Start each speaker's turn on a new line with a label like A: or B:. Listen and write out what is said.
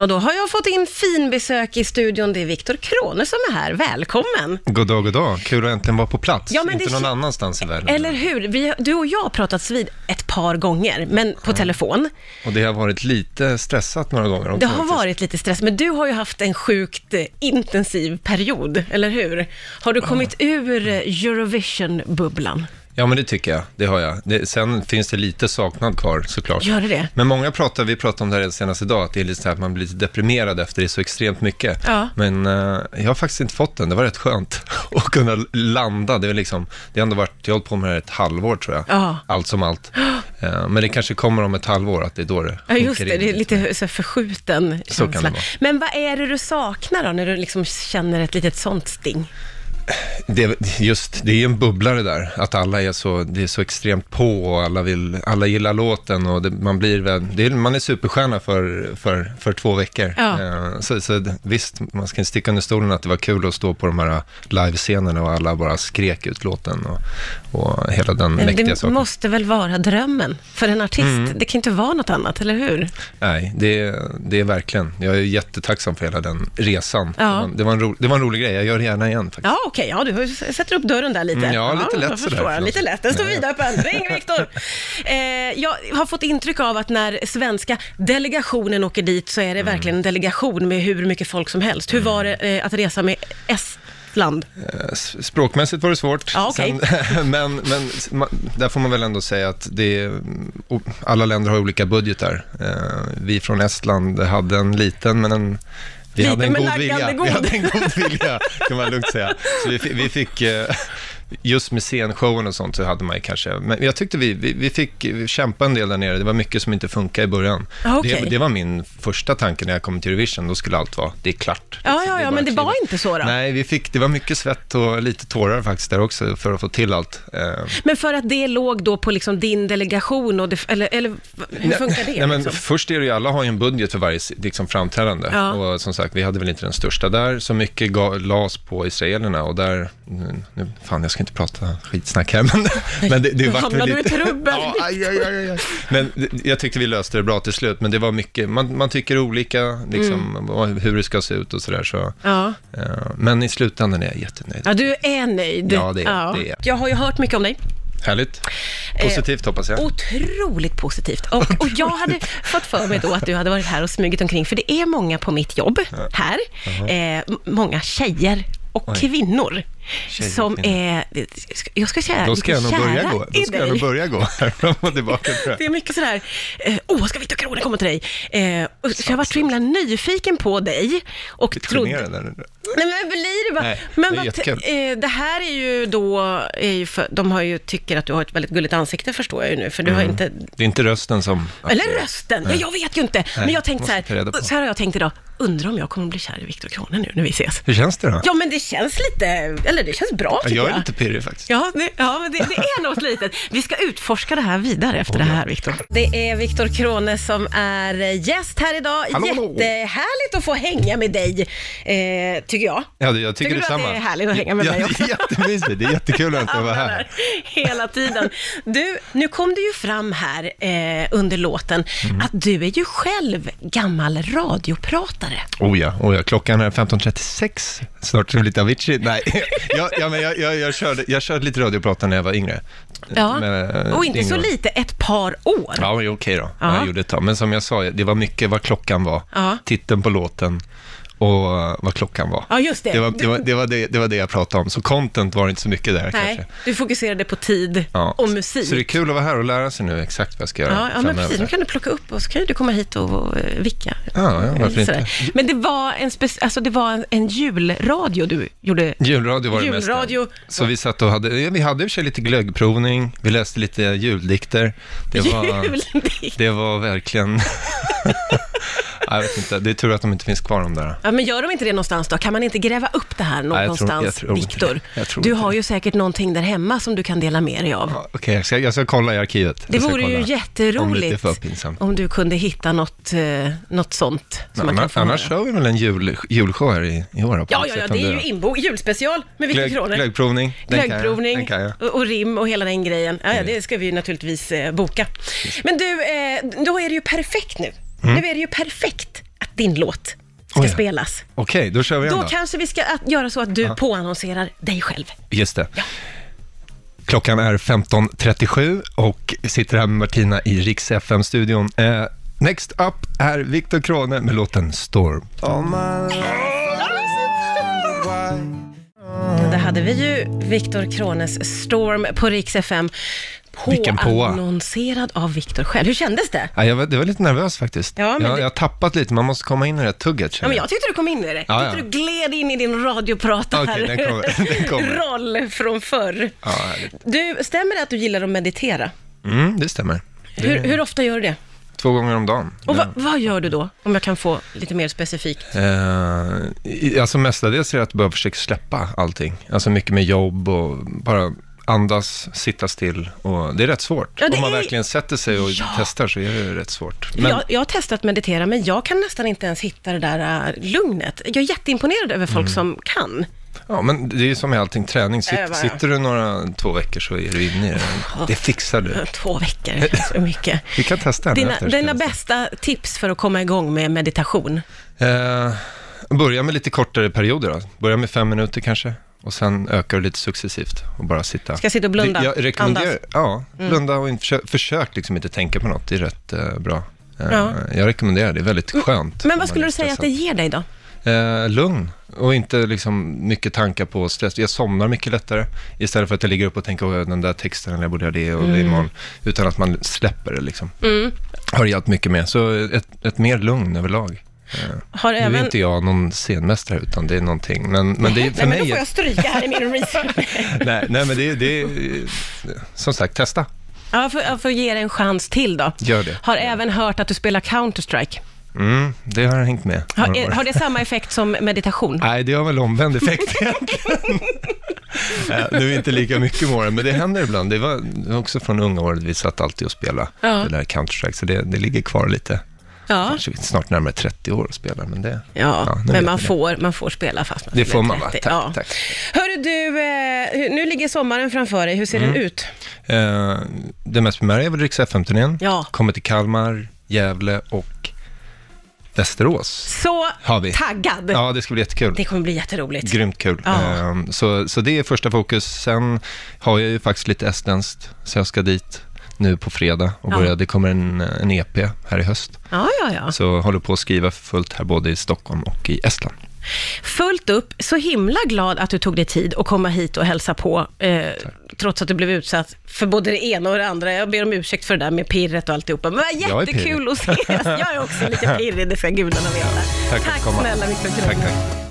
A: Och då har jag fått in fin besök i studion. Det är Viktor Krone som är här. Välkommen!
B: God dag, god dag. Kul att äntligen vara på plats.
A: Ja, men
B: Inte
A: det-
B: någon annanstans i världen.
A: Eller hur? Vi, du och jag har pratats vid ett par gånger, men på telefon.
B: Och det har varit lite stressat några gånger också.
A: Det har
B: faktiskt.
A: varit lite stress, men du har ju haft en sjukt eh, intensiv period, eller hur? Har du kommit ur eh, Eurovision-bubblan?
B: Ja, men det tycker jag. Det har jag. Det, sen finns det lite saknad kvar såklart.
A: Gör det det?
B: Men många pratar, vi pratade om det här redan senast idag, att det är lite så här att man blir lite deprimerad efter det är så extremt mycket.
A: Ja.
B: Men eh, jag har faktiskt inte fått den. Det var rätt skönt att kunna landa. Det, är liksom, det har ändå varit, jag har hållit på med det här ett halvår tror jag.
A: Ja.
B: Allt som allt. Eh, men det kanske kommer om ett halvår, att det är då det
A: Ja, just
B: sjunker
A: det.
B: in
A: Det är lite så här förskjuten
B: kan det
A: känsla.
B: vara.
A: Men vad är det du saknar då, när du liksom känner ett litet sånt sting?
B: Det, just, det är ju en bubblare där, att alla är så, det är så extremt på och alla, vill, alla gillar låten och det, man blir väl, det är, man är superstjärna för, för, för två veckor.
A: Ja.
B: Eh, Så, så det- visst, man ska inte sticka under stolen att det var kul att stå på de här livescenerna och alla bara skrek ut låten och, och hela den mäktiga Mm.
A: Det
B: saken.
A: måste väl vara drömmen för en artist? Det kan inte vara något annat, eller hur?
B: Nej, det, det är verkligen, jag är jättetacksam för hela den resan.
A: Ja.
B: Det, var, det, var en ro, det var en rolig grej, jag gör det gärna igen faktiskt.
A: Ja, okej. ja, du sätter upp dörren där lite.
B: Mm, ja, lite lätt
A: jag
B: sådär,
A: förstår.
B: förlåt.
A: Lite lätt. Den står
B: Ja, ja.
A: vidöppen. Ring Viktor! Eh, jag har fått intryck av att när svenska delegationen åker dit så är
B: Mm.
A: det verkligen en delegation med hur mycket folk som helst. Hur var det eh, att resa med Estland?
B: Eh, S- Språkmässigt var det svårt,
A: Ja, okej.
B: Sen- men, men man, där får man väl ändå säga att det är, o- alla länder har olika budgetar. Eh, Vi från Estland hade en liten, men en vi
A: Liten
B: hade en
A: men
B: god
A: naggande
B: vilja.
A: god.
B: Vi hade en god vilja, kan man lugnt säga. Så vi, fi- vi fick, eh, just med scenshowen och sånt så hade man ju kanske, men jag tyckte vi, vi, vi fick kämpa en del där nere. Det var mycket som inte funkade i början.
A: Ja, Ah, okej.
B: det, det var min första tanke när jag kom till Eurovision, då skulle allt vara, det är klart.
A: Ja, ja,
B: Liksom, är
A: ja,
B: bara
A: men det
B: att kliva.
A: var inte så då.
B: Nej, vi fick, det var mycket svett och lite tårar faktiskt där också för att få till allt. Eh,
A: Men för att det låg då på liksom din delegation, och det, eller, eller hur funkar det?
B: nej, men
A: liksom?
B: Först är det ju, alla har ju en budget för varje liksom, framträdande.
A: Ja.
B: Och som sagt, vi hade väl inte den största där, så mycket ga, las på israelerna och där, nu, nu, fan jag ska inte prata skitsnack här, men, men det, det
A: nu
B: vart
A: hamnar
B: väl
A: du i
B: lite...
A: trubbel.
B: ja, aj, aj, aj, aj. Men det- jag tyckte vi löste det bra till slut, men det var mycket, man, man tycker olika, liksom,
A: Mm.
B: vad- hur det ska se ut och sådär. Så,
A: Ja.
B: eh, men i slutändan är jag jättenöjd.
A: ja, du är nöjd.
B: Ja, det är- det är jag.
A: Jag har ju hört mycket om dig.
B: Härligt.
A: Eh,
B: Positivt hoppas jag.
A: Otroligt positivt. Och, och jag hade fått för mig då att du hade varit här och smugit omkring, för det är många på mitt jobb här, eh, m- många tjejer och
B: Oj.
A: kvinnor.
B: Tjejer och
A: som
B: kvinnor.
A: är, jag ska säga,
B: Då ska jag
A: lite
B: nog börja
A: Äh, kära
B: gå.
A: i
B: Då ska jag nog
A: dig.
B: börja gå här fram och tillbaka. tror jag.
A: Det är mycket sådär, eh, åh, ska Viktor Krone komma till dig? Eh, och så jag var så himla nyfiken på dig och
B: Lite
A: trodde...
B: generad där nu.
A: Nej men blir det bara...
B: Nej,
A: men
B: det är
A: vad te-
B: jättekul.
A: eh, det här är ju då, är ju för, de har ju, tycker att du har ett väldigt gulligt ansikte förstår jag ju nu, för du
B: Mm.
A: har inte
B: Det är inte rösten som...
A: Eller rösten, ja, jag vet ju inte. men
B: Nej,
A: jag tänkte så
B: måste ta reda
A: här,
B: på.
A: så här har jag tänkt idag, undrar om jag kommer bli kär i Viktor Krone nu när vi ses.
B: Hur känns det då?
A: Ja men det känns lite, eller det känns bra tycker
B: jag
A: jag.
B: är lite pirrig faktiskt.
A: Ja, det, ja, men det, det är något litet. Vi ska utforska det här vidare efter det här, Viktor. Det är Viktor Krone som är eh, gäst här idag.
B: Hallå, hallå.
A: Jättehärligt att få hänga med dig, eh, tycker jag.
B: Ja, det- jag
A: Tycker
B: tycker,
A: du att
B: detsamma.
A: det är härligt att hänga med
B: ja,
A: mig
B: Det
A: också?
B: är jättemysigt. Det är jättekul att jag var här.
A: Hela tiden. Du, nu kom det ju fram här eh, under låten
B: Mm.
A: att du är ju själv gammal radiopratare.
B: Oh ja, oh ja, klockan är 15.36. Snart är det lite Avicii. Nej, ja, ja, men jag, jag, jag, körde, jag körde lite radiopratare när jag var yngre.
A: Ja.
B: Men,
A: och inte så
B: yngre.
A: lite, ett par år.
B: Ja, men okej då.
A: Ja.
B: Ja. Jag gjorde ett tag. Men som jag sa, det var mycket vad klockan var,
A: Ja.
B: titeln på låten och vad klockan var.
A: Ja, just det.
B: Det var det, var, det, var det, det var det jag pratade om, så content var det inte så mycket där
A: Nej,
B: kanske.
A: du fokuserade på tid
B: Ja.
A: och musik.
B: Så det är kul att vara här och lära sig nu exakt vad jag ska göra
A: Ja, ja men
B: framöver.
A: precis. Nu kan du plocka upp och så kan ju du komma hit och, och eh, vicka. Eh,
B: Ja, ja, varför
A: Sådär.
B: inte?
A: Men det var en, spec- alltså, det var en, en julradio du gjorde.
B: Julradio var det
A: Julradio.
B: mesta. Så vi satt och hade, vi hade i och för sig lite glöggprovning, vi läste lite juldikter. Det var,
A: Juldikt.
B: det var verkligen... Ja, jag vet inte, det är tur att de inte finns kvar de där.
A: Ja, men gör de inte det någonstans då? Kan man inte gräva upp det här
B: tror- jag
A: någonstans,
B: tror inte
A: Viktor?
B: det. Jag tror
A: Du
B: inte
A: har
B: det.
A: ju säkert någonting där hemma som du kan dela med dig av.
B: Ja, Okej, jag, ska, jag ska kolla i arkivet.
A: Det
B: Jag ska
A: vore ju
B: kolla. Om det inte är
A: jätteroligt
B: för pinsamt.
A: om du kunde hitta något, eh, något sånt som man kan
B: Annars,
A: få
B: annars
A: höra.
B: kör vi väl en jul, julshow här i, i år? då, på
A: Ja,
B: något
A: ja,
B: sätt,
A: ja,
B: om
A: det är ju inbo, julspecial med Viktor
B: Glögg,
A: Krone.
B: glöggprovning. Den kan jag,
A: Glöggprovning
B: Den kan jag. Mm.
A: och, och rim och hela den grejen. Ja, ja, det ska vi ju naturligtvis eh, boka. Men du, eh, då är det ju perfekt nu. Nu är det ju perfekt att din låt ska
B: Mm. Oj.
A: spelas.
B: Okej, då kör vi igen
A: Då
B: då.
A: kanske vi ska att, göra så att du påannonserar dig själv.
B: Just det. Klockan är 15.37 och sitter här med Martina i Riks FM-studion. Eh, next up är Viktor Krone med låten Storm.
A: Där hade vi ju Viktor Krones Storm på Rix FM.
B: Vilken påa.
A: Påannonserad av Viktor själv. Hur kändes det?
B: Ja, jag var, det var lite nervös faktiskt.
A: Ja, men
B: jag,
A: det-
B: jag har tappat lite, man måste komma in i det här tugget
A: Ja,
B: känner
A: men jag tyckte du kom in i det. Jag
B: Ja,
A: tyckte
B: ja.
A: du gled in i din radiopratar
B: Okej, den kommer. Den kommer.
A: roll från förr.
B: Ja, härligt.
A: Du, stämmer det att du gillar att meditera?
B: Mm, det stämmer.
A: Hur,
B: Mm.
A: hur ofta gör du det?
B: Två gånger om dagen.
A: Och vad- vad gör du då? Om jag kan få lite mer specifikt.
B: Eh, i- alltså mestadels är det att bara försöka släppa allting. Alltså mycket med jobb och bara andas, sitta still och det är rätt svårt.
A: Ja, det
B: Om man
A: är-
B: verkligen sätter sig och testar så är det rätt svårt. Men
A: Jag, jag har testat meditera, men jag kan nästan inte ens hitta det där äh, lugnet. Jag är jätteimponerad över
B: Mm.
A: folk som kan.
B: Ja, men det är ju som med allting träning. Sitt,
A: Ja, ja, ja.
B: Sitter du några två veckor så är du inne i det. Det fixar du.
A: Två veckor, så mycket.
B: Vi kan testa den
A: Dina,
B: efter.
A: dina bästa tips för att komma igång med meditation?
B: Eh, börja med lite kortare perioder då. Börja med fem minuter kanske. Och sen ökar du lite successivt och bara sitta.
A: Ska jag sitta och blunda?
B: Det- Jag rekommenderar,
A: Andas? Mm.
B: ja, blunda och inte, försök, försök liksom inte tänka på något. Det är rätt eh, bra. Eh,
A: Ja. Mm.
B: Jag rekommenderar det, det är väldigt skönt.
A: Men vad skulle du säga att det ger dig då?
B: Eh, lugn och inte liksom mycket tankar på stress. Jag somnar mycket lättare istället för att jag ligger upp och tänker "Åh, den där texten eller jag borde göra det och
A: Mm.
B: det imorgon. Utan att man släpper det liksom. Har hjälpt mycket mer. Så ett, ett mer lugn överlag. Eh,
A: Har
B: Nu är
A: även...
B: inte jag någon scenmästare utan det är någonting. Men, men det är för
A: Nej, men då
B: mig...
A: får jag stryka här i min research.
B: nej, nej, men det, är- det är... Som sagt, testa.
A: Ja, för, jag får ge dig en chans till då.
B: Gör det.
A: Har även hört att du spelar Counter-Strike.
B: Mm, det har hängt med.
A: Har,
B: några
A: är,
B: år.
A: har det samma effekt som meditation?
B: Nej, det har väl omvänd effekt egentligen. Eh, nu är inte lika mycket med åren, men det händer ibland. Det var också från unga året vi satt alltid och spelade
A: Ja.
B: det där Counter-Strike, så det, det ligger kvar lite.
A: Ja,
B: Kanske snart närmare 30 år och spelar, men det...
A: ja
B: nu vet
A: men man
B: ni
A: får, man får spela fast man
B: Det
A: fyller
B: får man, va?
A: 30.
B: Tack,
A: ja.
B: tack.
A: Hörru du, eh, hur- nu ligger sommaren framför dig. Hur ser
B: Mm.
A: den ut?
B: det. Eh, det mest primära är väl Rix FM-turnén.
A: Ja.
B: Kommer till Kalmar, Gävle och Västerås.
A: Så
B: Har vi.
A: taggad!
B: Ja, det ska bli jättekul.
A: Det kommer bli jätteroligt.
B: Grymt kul.
A: Ja.
B: Ehm, Så, så det är första fokus. Sen har jag ju faktiskt lite estländskt, så jag ska dit nu på fredag och
A: Ja.
B: börja. Det kommer en, en EP här i höst.
A: Ja, ja, ja.
B: Så håller på att skriva för fullt här både i Stockholm och i Estland.
A: Fullt upp, så himla glad att du tog dig tid att komma hit och hälsa på, eh, trots att du blev utsatt för både det ena och det andra. Jag ber om ursäkt för det där med pirret och alltihopa, men det var
B: Jag är pirrig.
A: jättekul att ses. Jag är också lite pirrig, det ska gudarna veta.
B: Tack för att komma.
A: snälla Viktor
B: Tack,
A: Kronlund.
B: tack.